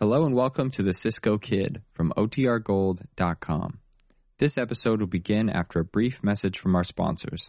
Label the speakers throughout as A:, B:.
A: Hello and welcome to the Cisco Kid from OTRGold.com. This episode will begin after a brief message from our sponsors.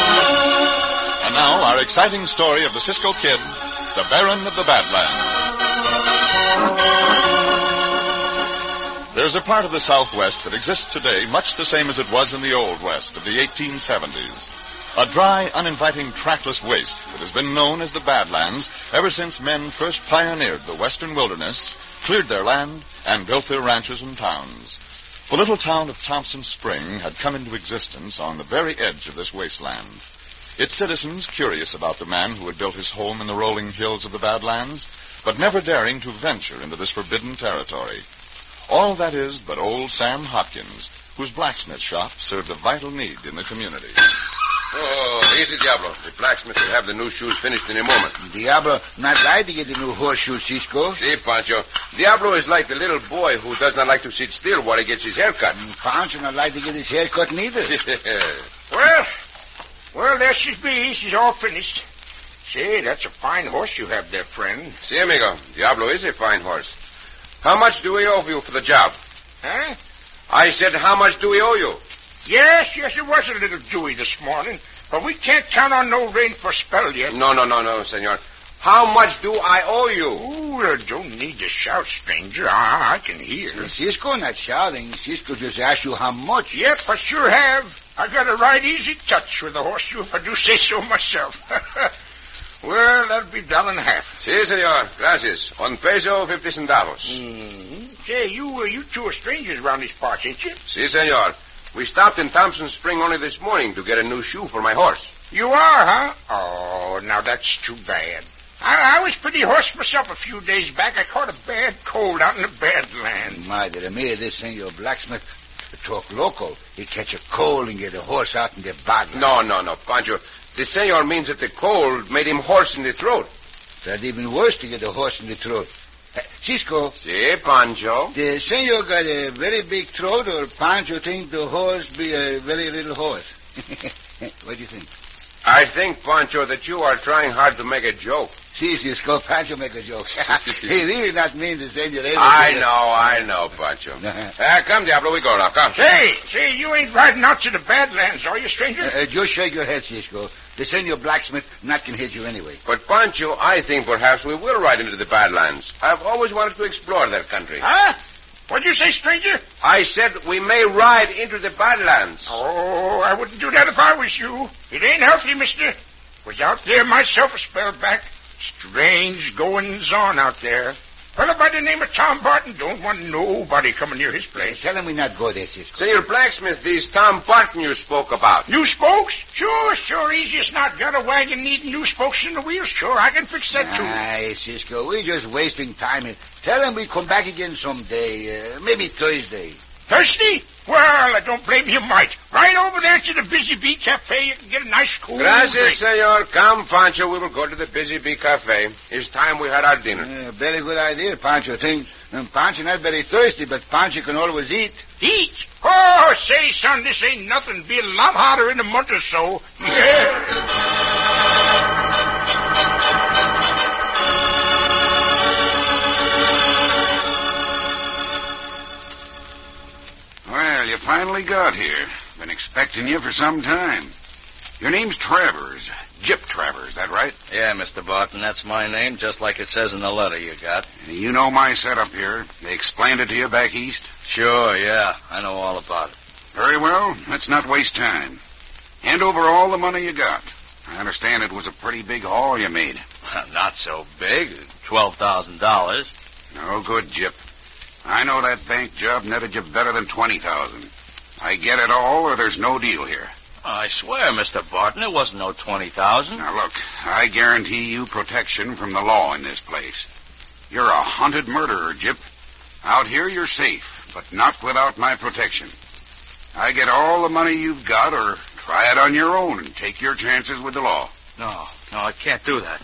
B: And now, our exciting story of the Cisco Kid, the Baron of the Badlands. There's a part of the Southwest that exists today much the same as it was in the Old West of the 1870s. A dry, uninviting, trackless waste that has been known as the Badlands ever since men first pioneered the western wilderness, cleared their land, and built their ranches and towns. The little town of Thompson Spring had come into existence on the very edge of this wasteland. Its citizens, curious about the man who had built his home in the rolling hills of the Badlands, but never daring to venture into this forbidden territory. All that is but old Sam Hopkins, whose blacksmith shop served a vital need in the community.
C: Oh, easy, Diablo. The blacksmith will have the new shoes finished in a moment.
D: Diablo, not I to get a new horseshoe, Cisco.
C: See, Pancho, Diablo is like the little boy who does not like to sit still while he gets his hair cut.
D: Poncho Mm, not like to get his hair cut neither.
E: Well, well, there she be. She's all finished. Say, that's a fine horse you have there, friend.
C: See, amigo, Diablo is a fine horse. How much do we owe you for the job?
E: Huh?
C: I said, how much do we owe you?
E: Yes, yes, it was a little dewy this morning, but we can't count on no rain for a spell yet.
C: No, no, no, no, senor. How much do I owe you?
E: Oh, uh, don't need to shout, stranger. I, I can hear.
D: Cisco not shouting. Cisco just asked you how much.
E: Yep, I sure have. I got a right easy touch with the horseshoe, if I do say so myself. well, that'll be down in half.
C: See, senor. Gracias. On peso, 50 centavos.
E: Mm-hmm. Say, you uh, you two are strangers around these parts, ain't you?
C: See, senor. We stopped in Thompson Spring only this morning to get a new shoe for my horse.
E: You are, huh? Oh, now that's too bad. I, I was pretty hoarse myself a few days back. I caught a bad cold out in the Badlands.
D: Madre mia, this thing your blacksmith talk local. He catch a cold and get a horse out in the bottom.
C: No, no, no, Pancho. The senor means that the cold made him hoarse in the throat.
D: That even worse to get a horse in the throat. Uh, Cisco,
C: See, Pancho.
D: the senor got a very big throat, or Pancho think the horse be a very little horse. what do you think?
C: I think, Pancho, that you are trying hard to make a joke.
D: See, Cisco, Pancho make a joke. he really not mean to send you anything.
C: I know, Oh, I know, Pancho. Ah, come, Diablo, we go now. Come.
E: Say, say, you ain't riding out to the Badlands, are you, stranger?
D: Uh, uh, just shake your head, Cisco. The senor blacksmith not can hit you anyway.
C: But, Pancho, I think perhaps we will ride into the Badlands. I've always wanted to explore that country.
E: Huh? What'd you say, stranger?
C: I said we may ride into the Badlands.
E: Oh, I wouldn't do that if I was you. It ain't healthy, mister. Was out there myself a spell back. Strange goings on out there. Fellow by the name of Tom Barton don't want nobody coming near his place.
D: Tell him we not go there, Cisco.
C: Senor Blacksmith, these Tom Barton you spoke about.
E: New spokes? Sure, sure, easy as not. Got a wagon needing new spokes in the wheels? Sure, I can fix that too.
D: Aye, Cisco, we just wasting time. here. Tell him we come back again someday, uh, maybe Thursday.
E: Thirsty? Well, I don't blame you, Mike. Right over there to the Busy Bee Cafe, you can get a nice cool drink.
C: Gracias, senor. Come, Pancho. We will go to the Busy Bee Cafe. It's time we had our dinner.
D: Uh, very good idea, Pancho. Think um, Pancho not very thirsty, but Pancho can always eat.
E: Heat? Oh, say, son, this ain't nothing. Be a lot hotter in a month or so. Yeah.
F: Well, you finally got here. Been expecting you for some time. Your name's Travers. Jip Travers, that right?
G: Yeah, Mr. Barton, that's my name, just like it says in the letter you got.
F: You know my setup here. They explained it to you back east.
G: Sure, yeah, I know all about it.
F: Very well. Let's not waste time. Hand over all the money you got. I understand it was a pretty big haul you made.
G: Not so big, twelve thousand dollars.
F: No good, Jip. I know that bank job netted you better than 20000 I get it all, or there's no deal here.
G: I swear, Mr. Barton, it wasn't no 20,000.
F: Now, look, I guarantee you protection from the law in this place. You're a hunted murderer, Jip. Out here, you're safe, but not without my protection. I get all the money you've got, or try it on your own and take your chances with the law.
G: No, no, I can't do that.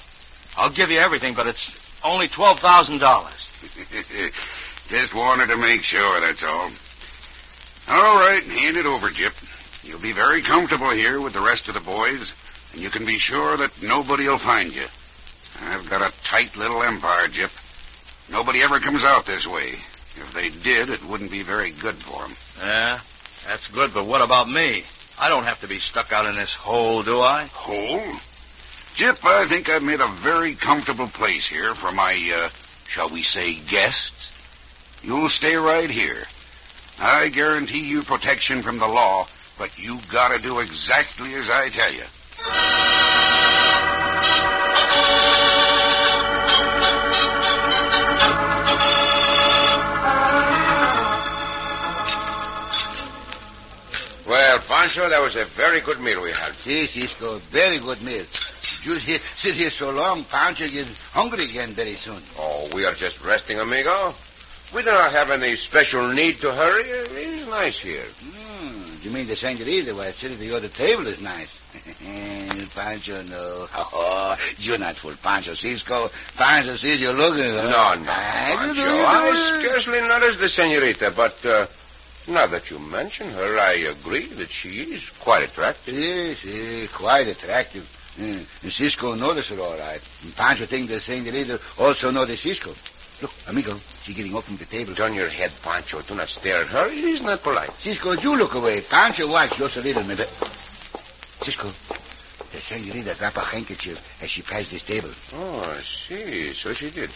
G: I'll give you everything, but it's only $12,000.
F: Just wanted to make sure, that's all. All right, hand it over, Jip. You'll be very comfortable here with the rest of the boys, and you can be sure that nobody will find you. I've got a tight little empire, Jip. Nobody ever comes out this way. If they did, it wouldn't be very good for 'em.
G: Yeah, that's good, but what about me? I don't have to be stuck out in this hole, do I?
F: Hole? Jip, I think I've made a very comfortable place here for my, uh, shall we say, guests. You'll stay right here. I guarantee you protection from the law, but you gotta do exactly as I tell you.
C: Well, Pancho, that was a very good meal we had.
D: Si, Cisco, very good meal. You sit sit here so long, Pancho gets hungry again very soon.
C: Oh, we are just resting, amigo. We do not have any special need to hurry. It is nice here.
D: Hmm, you mean the senorita was sitting at the other table is nice? Pancho, no. Oh, You're not full, Pancho Cisco. Pancho sees you looking.
C: Oh,
D: Ah,
C: No, no,
D: I don't
C: Pancho.
D: know.
C: I scarcely noticed the senorita, but uh, now that you mention her, I agree that she is quite attractive.
D: Yes, yes, quite attractive. Mm. And Cisco noticed her all right. And Pancho thinks the senorita also noticed Cisco. Look, amigo, she's getting up from the table.
C: Turn your head, Pancho. Do not stare at her. It is not polite.
D: Cisco, you look away. Pancho, watch just a little minute. Cisco, the senorita dropped a handkerchief as she passed this table.
C: Oh, I see. So she did.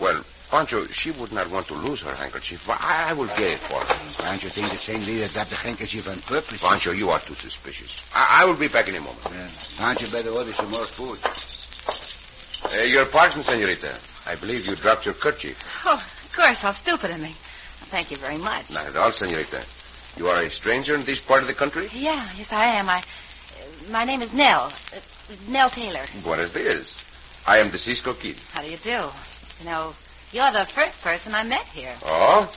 C: Well, Pancho, she would not want to lose her handkerchief. I, I will get it for her.
D: Pancho thinks the senorita dropped the handkerchief on purpose.
C: Pancho, you are too suspicious. I, I will be back in a moment.
D: Yeah. Pancho better order some more food.
C: Uh, your pardon, senorita. I believe you dropped your kerchief.
H: Oh, of course. How stupid of me. Thank you very much.
C: Not at all, senorita. You are a stranger in this part of the country?
H: Yeah, yes, I am. I, uh, my name is Nell. Uh, Nell Taylor.
C: Buenos dias. I am the Cisco Kid.
H: How do you do? You know, you're the first person I met here.
C: Oh?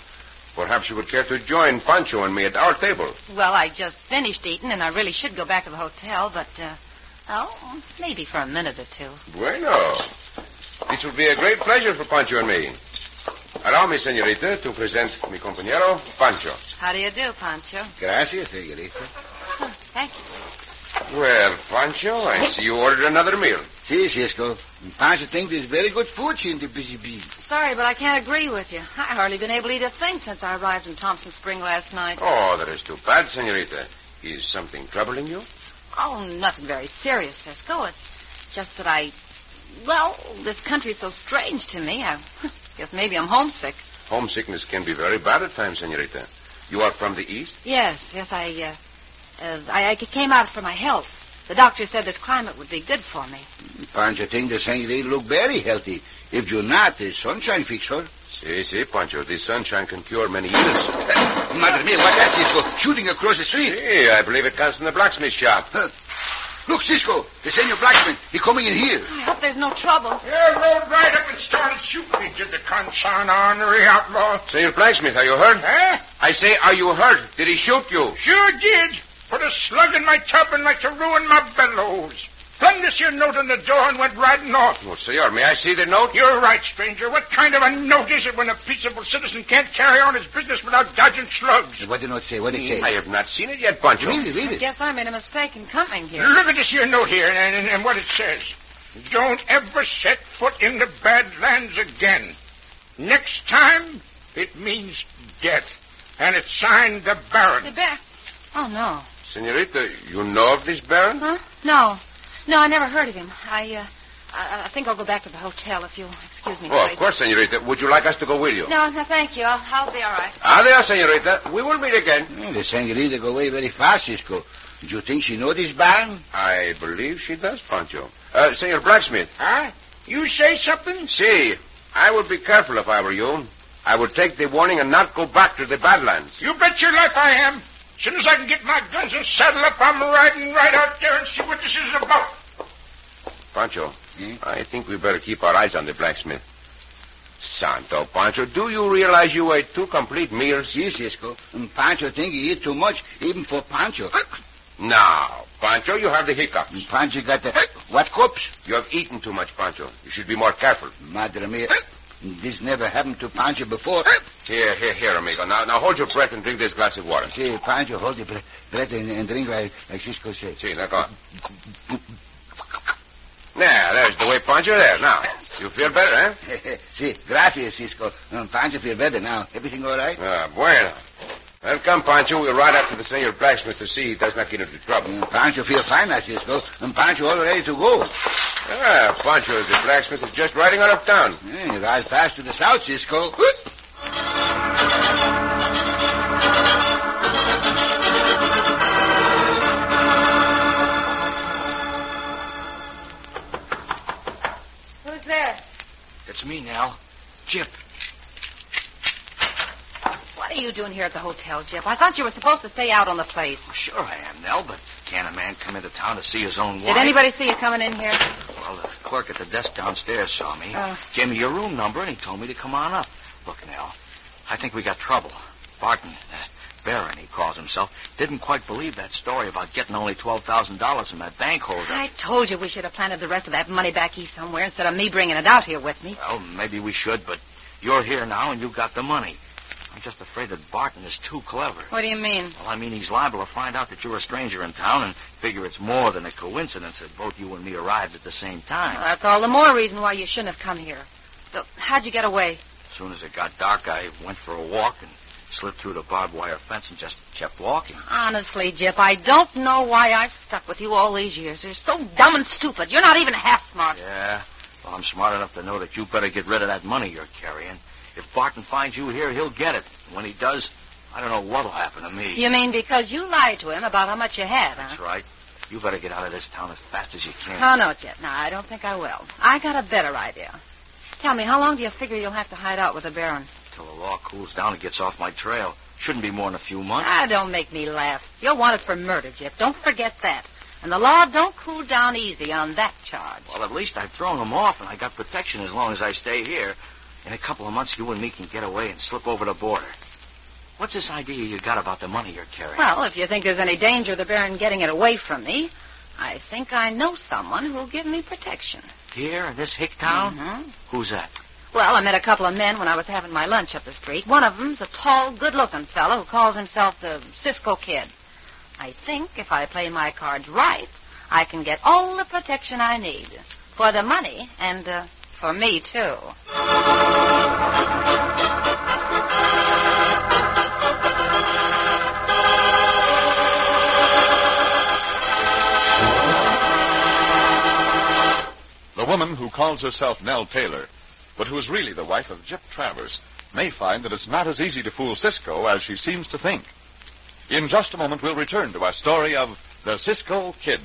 C: Perhaps you would care to join Pancho and me at our table.
H: Well, I just finished eating, and I really should go back to the hotel, but, uh, oh, maybe for a minute or two.
C: Bueno. This will be a great pleasure for Pancho and me. Allow me, senorita, to present mi compañero, Pancho.
H: How do you do, Pancho?
D: Gracias, senorita.
H: Oh, thank you.
C: Well, Pancho, I see you ordered another meal.
D: See, Cisco, Pancho thinks there's very good food here in the busy bee.
H: Sorry, but I can't agree with you. I hardly been able to eat a thing since I arrived in Thompson Spring last night.
C: Oh, that is too bad, senorita. Is something troubling you?
H: Oh, nothing very serious, Cisco. It's just that I, well, this country's so strange to me. I guess maybe I'm homesick.
C: Homesickness can be very bad at times, senorita. You are from the east?
H: Yes, yes, I, uh, uh, I, I came out for my health. The doctor said this climate would be good for me.
D: Pancho thinks the senorita look very healthy. If you're not, the sunshine fix her.
C: Si, si, Pancho. The sunshine can cure many ills.
D: Mother mia, Eh, what that, Cisco? Shooting across the street.
C: si, I believe it comes from the blacksmith shop.
D: Huh. Look, Cisco, the senior blacksmith. He coming in here.
H: I hope there's no trouble.
E: Yeah, rode right up and started shooting me, did the consign honorary outlaw.
C: Senor Blacksmith, are you hurt?
E: Huh?
C: I say, are you hurt? Did he shoot you?
E: Sure did. Put a slug in my tub and like to ruin my bellows. Flung this here note on the door and went riding off.
C: Well, senor, may I see the note?
E: You're right, stranger. What kind of a note is it when a peaceable citizen can't carry on his business without dodging slugs?
D: What did it say? What did it
C: I
D: say?
C: have not seen it yet, Pancho.
D: Read it, read it.
H: Guess I made a mistake in coming here.
E: Look at this here note here and, and, and what it says. Don't ever set foot in the Badlands again. Next time, it means death. And it's signed the
H: The
E: Baron.
H: bear. Oh no.
C: Senorita, you know of this baron?
H: Huh? No, no, I never heard of him. I, uh, I, I think I'll go back to the hotel if you'll excuse me.
C: Oh,
H: please.
C: of course, senorita. Would you like us to go with you?
H: No, no, thank you. I'll, I'll be all right.
C: Ah, there, senorita. We will meet again.
D: Hmm, The senorita go away very fast, Cisco. Do you think she know this barn?
C: I believe she does, Pancho. Uh, senor Blacksmith,
E: Huh? You say something?
C: see, I would be careful if I were you. I would take the warning and not go back to the Badlands.
E: You bet your life I am. As soon as I can get my guns and saddle up, I'm riding right out there and see what this is about.
C: Pancho, I think we better keep our eyes on the blacksmith. Santo Pancho, do you realize you ate two complete meals?
D: Yes, Cisco. And Pancho think he eat too much, even for Pancho.
C: Now, Pancho, you have the hiccups.
D: And Pancho got the... What cups?
C: You have eaten too much, Pancho. You should be more careful.
D: Madre mia. This never happened to Pancho before.
C: Here, here, here, amigo. Now, now hold your breath and drink this glass of water.
D: See, Pancho, hold your breath, breath and, and drink like, like Cisco said.
C: See, now go on. Now, there's the way, Pancho. There, now. You feel better, eh?
D: See, gracias, Cisco. Um, Pancho feel better now. Everything all right?
C: Ah, bueno. Well, come, Pancho. We'll ride up to the senior blacksmith to see he does not get into trouble.
D: Um, Pancho feel fine now, Cisco. And Pancho all ready to go.
C: Ah, Pancho, the blacksmith is just riding on up town.
D: Yeah, you ride fast to the south, Cisco.
H: Who's there?
G: It's me now. Jip.
H: What are you doing here at the hotel, Jip? I thought you were supposed to stay out on the place.
G: Sure I am, Nell, but can a man come into town to see his own wife?
H: Did anybody see you coming in here?
G: Well, the clerk at the desk downstairs saw me.
H: Oh.
G: Gave me your room number, and he told me to come on up. Look, Nell, I think we got trouble. Barton, uh, Baron, he calls himself, didn't quite believe that story about getting only $12,000 from that bank holder.
H: I told you we should have planted the rest of that money back east somewhere instead of me bringing it out here with me.
G: Well, maybe we should, but you're here now, and you got the money. I'm just afraid that Barton is too clever.
H: What do you mean?
G: Well, I mean, he's liable to find out that you're a stranger in town and figure it's more than a coincidence that both you and me arrived at the same time.
H: Well, that's all the more reason why you shouldn't have come here. So, how'd you get away?
G: As soon as it got dark, I went for a walk and slipped through the barbed wire fence and just kept walking.
H: Honestly, Jip, I don't know why I've stuck with you all these years. You're so dumb and stupid. You're not even half smart.
G: Yeah? Well, I'm smart enough to know that you better get rid of that money you're carrying. If Barton finds you here, he'll get it. When he does, I don't know what'll happen to me.
H: You mean because you lied to him about how much you had, huh?
G: That's right. You better get out of this town as fast as you can.
H: Oh, no, Jip. No, I don't think I will. I got a better idea. Tell me, how long do you figure you'll have to hide out with the Baron?
G: Till the law cools down and gets off my trail. Shouldn't be more than a few months.
H: Ah, don't make me laugh. You're wanted for murder, Jip. Don't forget that. And the law don't cool down easy on that charge.
G: Well, at least I've thrown him off, and I got protection as long as I stay here. In a couple of months, you and me can get away and slip over the border. What's this idea you got about the money you're carrying?
H: Well, if you think there's any danger of the Baron getting it away from me, I think I know someone who'll give me protection.
G: Here in this hick town?
H: Mhm.
G: Who's that?
H: Well, I met a couple of men when I was having my lunch up the street. One of them's a tall, good-looking fellow who calls himself the Cisco Kid. I think if I play my cards right, I can get all the protection I need for the money and uh, for me too.
B: The woman who calls herself Nell Taylor, but who is really the wife of Jip Travers, may find that it's not as easy to fool Cisco as she seems to think. In just a moment, we'll return to our story of the Cisco Kid.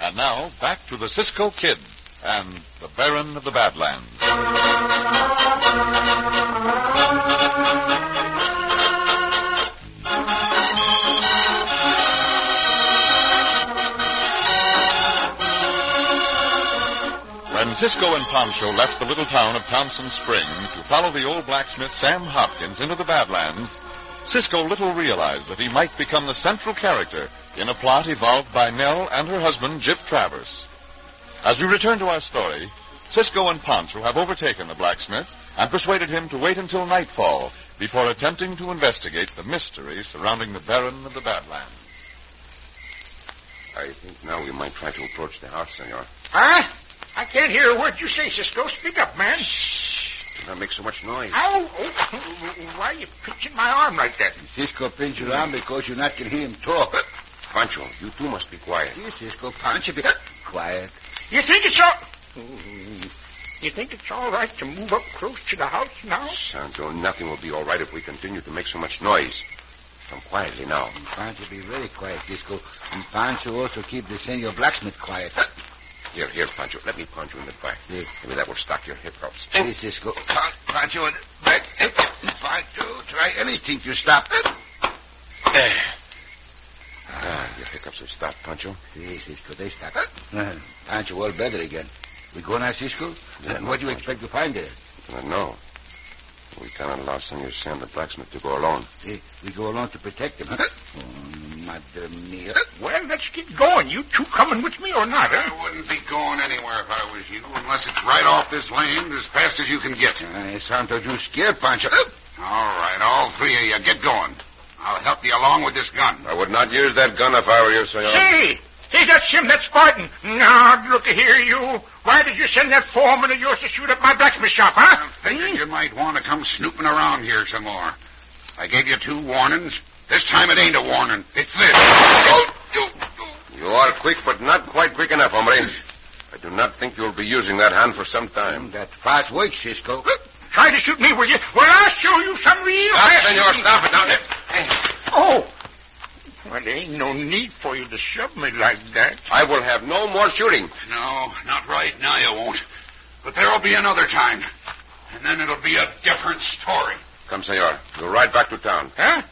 B: And now, back to the Cisco Kid and the Baron of the Badlands. When Cisco and Pancho left the little town of Thompson Spring to follow the old blacksmith Sam Hopkins into the Badlands, Cisco little realized that he might become the central character in a plot evolved by Nell and her husband, Jip Travers. As we return to our story, Cisco and Pancho have overtaken the blacksmith and persuaded him to wait until nightfall before attempting to investigate the mystery surrounding the Baron of the Badlands.
C: I think now we might try to approach the house, senor.
E: Huh? I can't hear a word you say, Cisco. Speak up, man.
C: Do not make so much noise.
E: Ow! Oh, why are you pinching my arm like that?
D: Cisco pinched your arm because you not can hear him talk.
C: Pancho, you too must be quiet.
D: Here, Cisco, Pancho, be quiet.
E: You think it's all... You think it's all right to move up close to the house now?
C: Santo, nothing will be all right if we continue to make so much noise. Come quietly now.
D: Pancho be very quiet, Cisco. And Pancho also keep the senor blacksmith quiet.
C: Here, here, Pancho. Let me punch you in the back.
D: Yes.
C: Maybe that will stop your hip ups.
D: Here, Cisco.
F: Pancho, and
D: Back. Pancho, try anything to stop. Eh.
C: There. Ah, your hiccups have stopped, Pancho.
D: Yes, Cisco, they stop. Uh, Pancho all better again. We go now, Cisco? Then what do you expect to find there?
C: Uh, no. We cannot allow Senor Sam the blacksmith to go alone.
D: Eh, We go along to protect him. Oh, madre mia.
E: Well, let's get going. You two coming with me or not, huh?
F: I wouldn't be going anywhere if I was you, unless it's right off this land as fast as you can get.
D: Uh, Santo, you scared, Pancho.
F: All right, all three of you, get going. I'll help you along with this gun.
C: I would not use that gun if I were you, Senor.
E: Say, hey, that's him, that's Barton. Now, look here, you. Why did you send that foreman of yours to shoot up my blacksmith shop,
F: I
E: huh?
F: figured you might want to come snooping around here some more. I gave you two warnings. This time it ain't a warning. It's this. Oh, you- you-
C: You are quick, but not quite quick enough, hombre. I do not think you'll be using that hand for some time.
D: That fast work, Cisco.
E: Try to shoot me, will you? Well, I'll show you some real...
G: Uh,
C: Stop, Senor. Stop it. Down there.
E: Oh. Well, there ain't no need for you to shove me like that.
C: I will have no more shooting.
F: No, not right now you won't. But there'll be another time. And then it'll be a different story.
C: Come, Senor. You'll ride back to town.
E: Huh?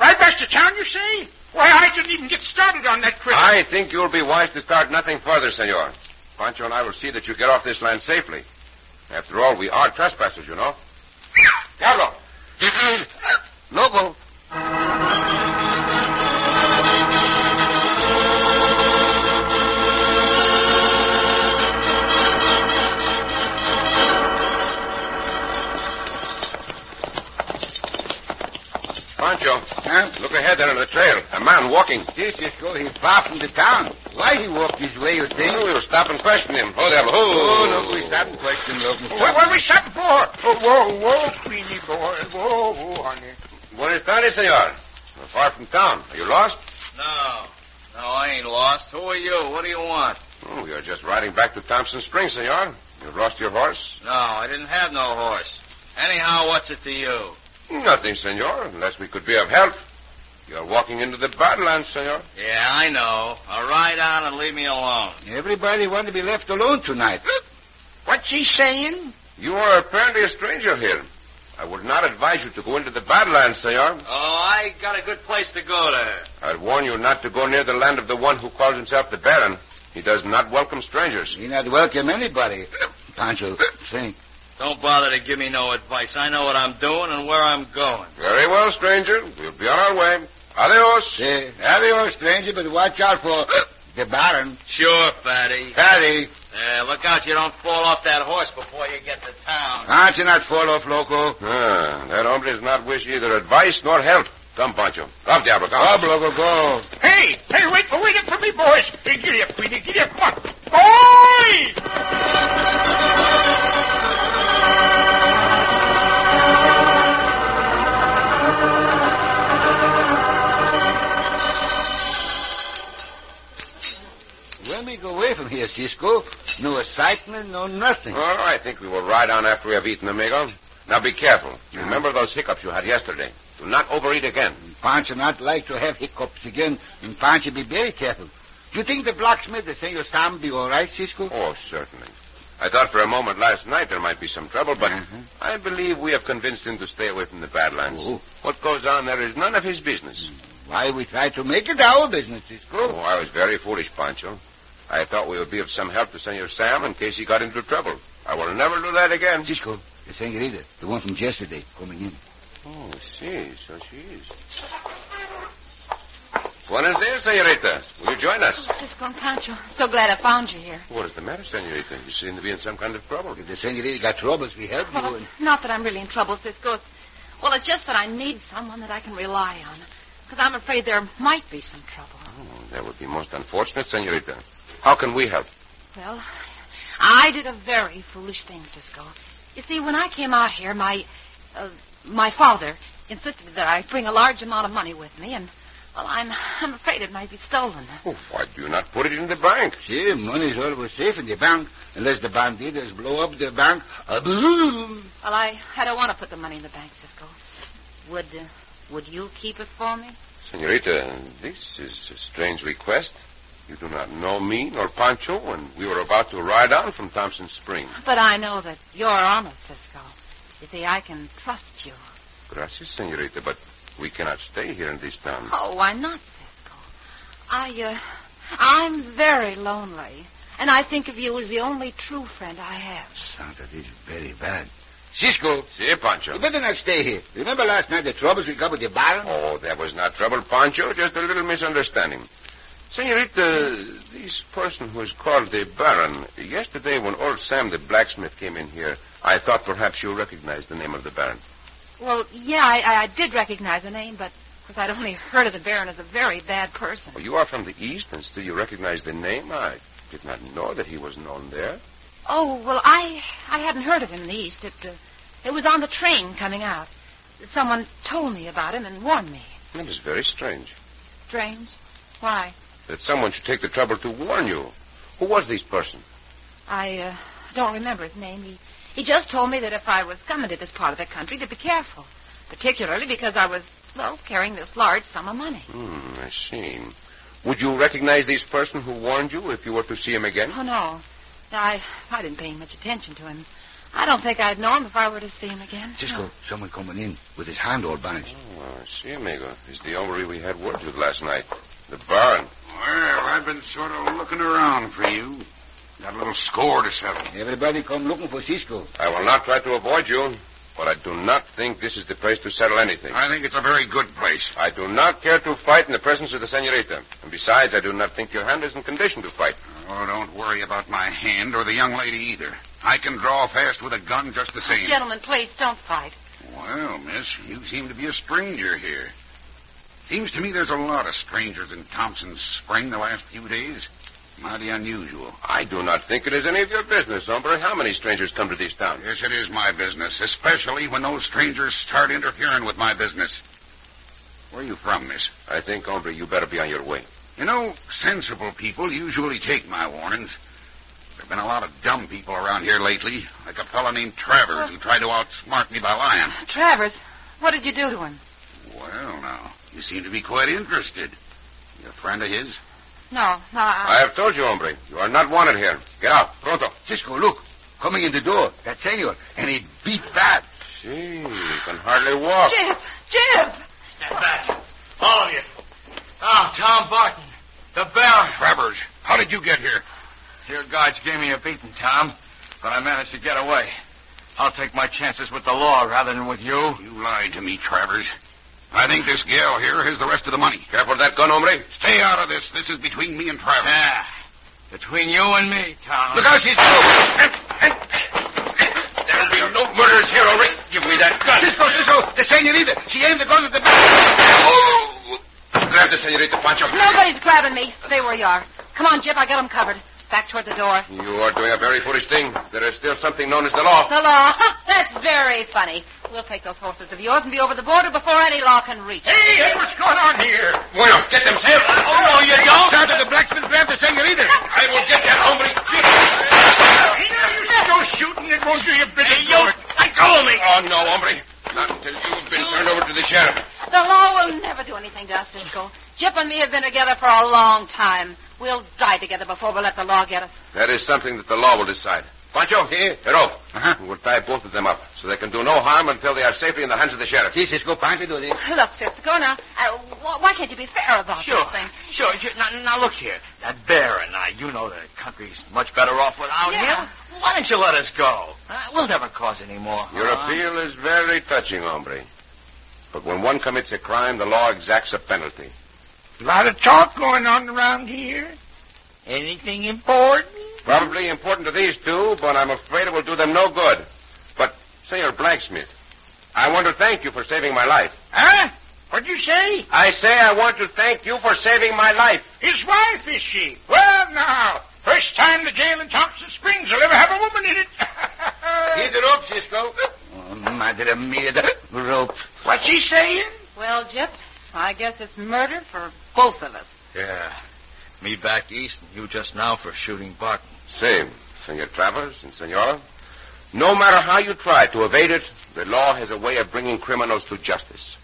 E: Right back to town, you say? Why, I didn't even get started on that critter.
C: I think you'll be wise to start nothing further, Senor. Pancho and I will see that you get off this land safely. After all, we are trespassers, you know. Diablo! Lobo! Pancho,
D: Huh?
C: look ahead there on the trail. A man walking.
D: Here, Cisco, he's far from the town. Why he walked this way, you think?
C: Oh, we'll stop and question him. Oh, Diablo.
D: Oh, no, we stop and question Logan.
E: What were we stopping for? Oh, whoa, whoa, Queenie boy. Whoa, whoa, honey.
C: Buenas tardes, senor. We're far from town. Are you lost?
G: No. No, I ain't lost. Who are you? What do you want?
C: Oh, we are just riding back to Thompson Springs, senor. You've lost your horse?
G: No, I didn't have no horse. Anyhow, what's it to you?
C: Nothing, senor, unless we could be of help. You're walking into the badlands, senor.
G: Yeah, I know. Now ride on and leave me alone.
D: Everybody want to be left alone tonight.
E: What's he saying?
C: You are apparently a stranger here. I would not advise you to go into the badlands, senor.
G: Oh, I got a good place to go to.
C: I'd warn you not to go near the land of the one who calls himself the Baron. He does not welcome strangers.
D: He not welcome anybody. Pancho, think.
G: Don't bother to give me no advice. I know what I'm doing and where I'm going.
C: Very well, stranger. We'll be on our way. Adios.
D: Eh, adios, stranger, but watch out for the baron.
G: Sure, Fatty.
D: Paddy,
G: Yeah, look out you don't fall off that horse before you get to town.
D: aren't you not fall off, loco?
C: Ah, that hombre does not wish either advice nor help. Come, Pancho. Come, Diablo. Come.
D: Up, loco, go.
E: Hey, hey, wait, wait up for me, boys. Hey, giddy up, Queenie, giddy up, come on. Boys!
D: When we go away from here, Cisco, no excitement, no nothing.
C: Well, I think we will ride on after we have eaten, amigo. Now be careful. Remember those hiccups you had yesterday. Do not overeat again.
D: Pancho not like to have hiccups again, and Pancho be very careful. Do you think the blacksmith, the Senor Sam, be all right, Cisco?
C: Oh, certainly. I thought for a moment last night there might be some trouble, but
D: Mhm.
C: I believe we have convinced him to stay away from the Badlands.
D: Oh.
C: What goes on there is none of his business.
D: Why we try to make it our business, Cisco?
C: Oh, I was very foolish, Pancho. I thought we would be of some help to Senor Sam in case he got into trouble. I will never do that again.
D: Cisco, the Senorita, the one from yesterday, coming in.
C: Oh, si, so she is. Buenos dias, senorita. Will you join us?
H: Cisco and Pancho, so glad I found you here.
C: What is the matter, senorita? You seem to be in some kind of trouble.
D: If the Senorita got troubles, we help you.
H: Well,
D: And...
H: it's not that I'm really in trouble, Cisco. It's, well, it's just that I need someone that I can rely on. Because I'm afraid there might be some trouble.
C: Oh, that would be most unfortunate, senorita. How can we help?
H: Well, I did a very foolish thing, Cisco. You see, when I came out here, my uh, my father insisted that I bring a large amount of money with me, and well, I'm I'm afraid it might be stolen.
C: Oh, why do you not put it in the bank?
D: See, money's always safe in the bank unless the banditos blow up the bank. A boom!
H: Well, I I don't want to put the money in the bank, Cisco. Would uh, would you keep it for me?
C: Senorita, this is a strange request. You do not know me nor Pancho, and we were about to ride on from Thompson Springs.
H: But I know that you're honest, Cisco. You see, I can trust you.
C: Gracias, senorita, but we cannot stay here in this town.
H: Oh, why not, Cisco? I, uh, I'm very lonely, and I think of you as the only true friend I have.
D: Santa, this is very bad. Cisco,
C: See, Pancho.
D: you better not stay here. Remember last night the troubles we got with the baron?
C: Oh, that was not trouble, Pancho. Just a little misunderstanding. Senorita, this person who is called the Baron, yesterday when old Sam the blacksmith came in here, I thought perhaps you recognized the name of the Baron.
H: Well, yeah, I, I- I did recognize the name, but of course I'd only heard of the Baron as a very bad person.
C: Well, you are from the East, and still you recognize the name? I did not know that he was known there.
H: Oh well, I I hadn't heard of him in the East. It uh, it was on the train coming out. Someone told me about him and warned me.
C: That is very strange
H: Strange. Why?
C: that someone should take the trouble to warn you. Who was this person?
H: I uh, don't remember his name. He he just told me that if I was coming to this part of the country, to be careful, particularly because I was well carrying this large sum of money.
C: Hmm, I see. Would you recognize this person who warned you if you were to see him again?
H: Oh no, I I didn't pay much attention to him. I don't think I'd know him if I were to see him again.
D: Cisco,
H: No.
D: someone coming in with his hand all bandaged.
C: Oh, I see, amigo. He's the hombre we had word with last night. The Baron.
F: Well, I've been sort of looking around for you. Got a little score to settle.
D: Everybody come looking for Cisco.
C: I will not try to avoid you, but I do not think this is the place to settle anything.
F: I think it's a very good place.
C: I do not care to fight in the presence of the senorita. And besides, I do not think your hand is in condition to fight.
F: Oh, don't worry about my hand or the young lady either. I can draw fast with a gun just the same.
H: Gentlemen, please don't fight.
F: Well, miss, you seem to be a stranger here. Seems to me there's a lot of strangers in Thompson's Spring the last few days. Mighty unusual.
C: I do not think it is any of your business, hombre, how many strangers come to this town.
F: Yes, it is my business, especially when those strangers start interfering with my business. Where are you from, miss?
C: I think, hombre, you better be on your way.
F: You know, sensible people usually take my warnings. There've been a lot of dumb people around here lately, like a fellow named Travers who tried to outsmart me by lying.
H: Travers, what did you do to him?
F: Well, now, you seem to be quite interested. You a friend of his?
H: No, no,
C: I
H: I,
C: have told you, hombre, you are not wanted here. Get out, pronto.
D: Cisco, look. Coming in the door. That senor. And he beat bad.
C: Gee, you can hardly walk.
H: Jip, Jip.
G: Stand back. All of you. Oh, Tom Barton. The Baron.
F: Travers, how did you get here?
G: Your guards gave me a beating, Tom, but I managed to get away. I'll take my chances with the law rather than with you.
F: You lied to me, Travers. I think this gal here has the rest of the money.
C: Careful of that gun, hombre.
F: Stay out of this. This is between me and Travers.
G: Yeah. Between you and me, Tom.
F: Look out, Cisco! There'll be no murders here, all right? Give me that gun. Cisco, Cisco, the senorita. She aimed the gun at the back. Oh!
C: Grab the senorita, Pancho.
H: Nobody's grabbing me. Stay where you are. Come on, Jip. I got him covered. Back toward the door.
C: You are doing a very foolish thing. There is still something known as the law.
H: The law. That's very funny. We'll take those horses of yours and be over the border before any law can reach.
F: Hey, hey, what's going on here?
C: Bueno, get them, Sam.
F: Oh, no, you don't. Santa, the blacksmith grabbed the senorita.
C: I will get that hombre.
F: No shooting. It won't do you bit hey,
C: you- Let go of me. Oh, no, hombre. Not until you've been turned over to the sheriff.
H: The law will never do anything to us, Cisco. Jip and me have been together for a long time. We'll die together before we let the law get us.
C: That is something that the law will decide. Pancho, here, Hero.
F: Uh-huh.
C: We'll tie both of them up so they can do no harm until they are safely in the hands of the sheriff.
D: See, Cisco, Pancho do this.
H: Look, Cisco, now, uh, wh- why can't you be fair about
G: Sure,
H: this thing?
G: sure. You, now, now look here, that bear and I. You know the country's much better off without
H: Yeah.
G: him. Why don't you let us go? Uh, we'll never cause any more. harm.
C: Your appeal is very touching, hombre. But when one commits a crime, the law exacts a penalty.
E: A lot of talk going on around here. Anything important?
C: Probably important to these two, but I'm afraid it will do them no good. But, Senor Blacksmith, I want to thank you for saving my life.
E: Huh? What'd you say?
C: I say I want to thank you for saving my life.
E: His wife, is she? Well, now, her First time the jail in Thompson Springs will ever have a woman in it.
D: Here's the rope, Cisco. Oh, madre mia, the rope.
E: What's he saying?
H: Well, Jip, I guess it's murder for both of us.
G: Yeah. Me back east and you just now for shooting Barton.
C: Same, Senor Travers and Senora. No matter how you try to evade it, the law has a way of bringing criminals to justice.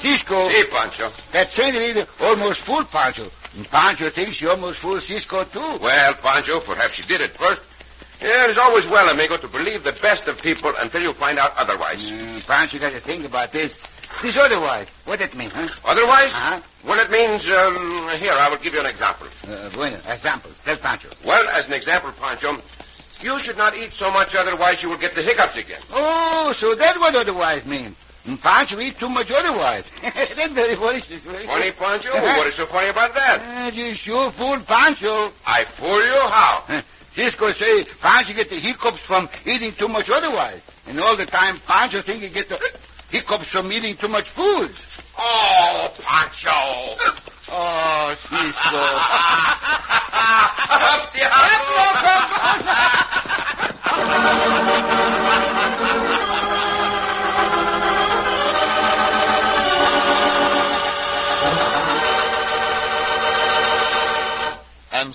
D: Cisco,
C: See, Pancho.
D: that senorita almost fooled Pancho. And Pancho thinks she almost fooled Cisco, too.
C: Well, Pancho, perhaps she did it first. Yeah, it is always well, amigo, to believe the best of people until you find out otherwise.
D: Mm, Pancho got to think about this. This other wife, what that mean, huh?
C: Otherwise?
D: Uh-huh.
C: Well, it means, um, here, I will give you an example.
D: Uh, bueno, example. Tell Pancho.
C: Well, as an example, Pancho, you should not eat so much, otherwise you will get the hiccups again.
D: Oh, so that what otherwise mean. Mm, Pancho eat too much otherwise. That's very funny situation.
C: Funny, Pancho? What is so funny about that?
D: Uh, you sure fooled Pancho.
C: I fool you? How?
D: Huh. Cisco say Pancho get the hiccups from eating too much otherwise. And all the time Pancho think he get the hiccups from eating too much food.
C: Oh, Pancho!
D: Oh, Cisco.
C: Up the house.
B: And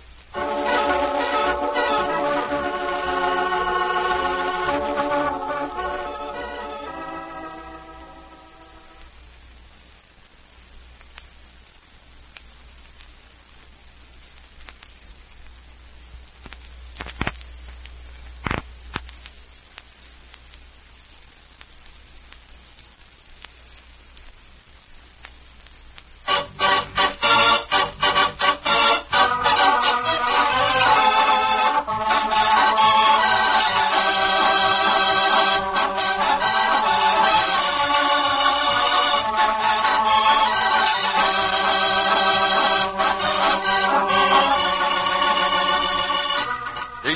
B: Be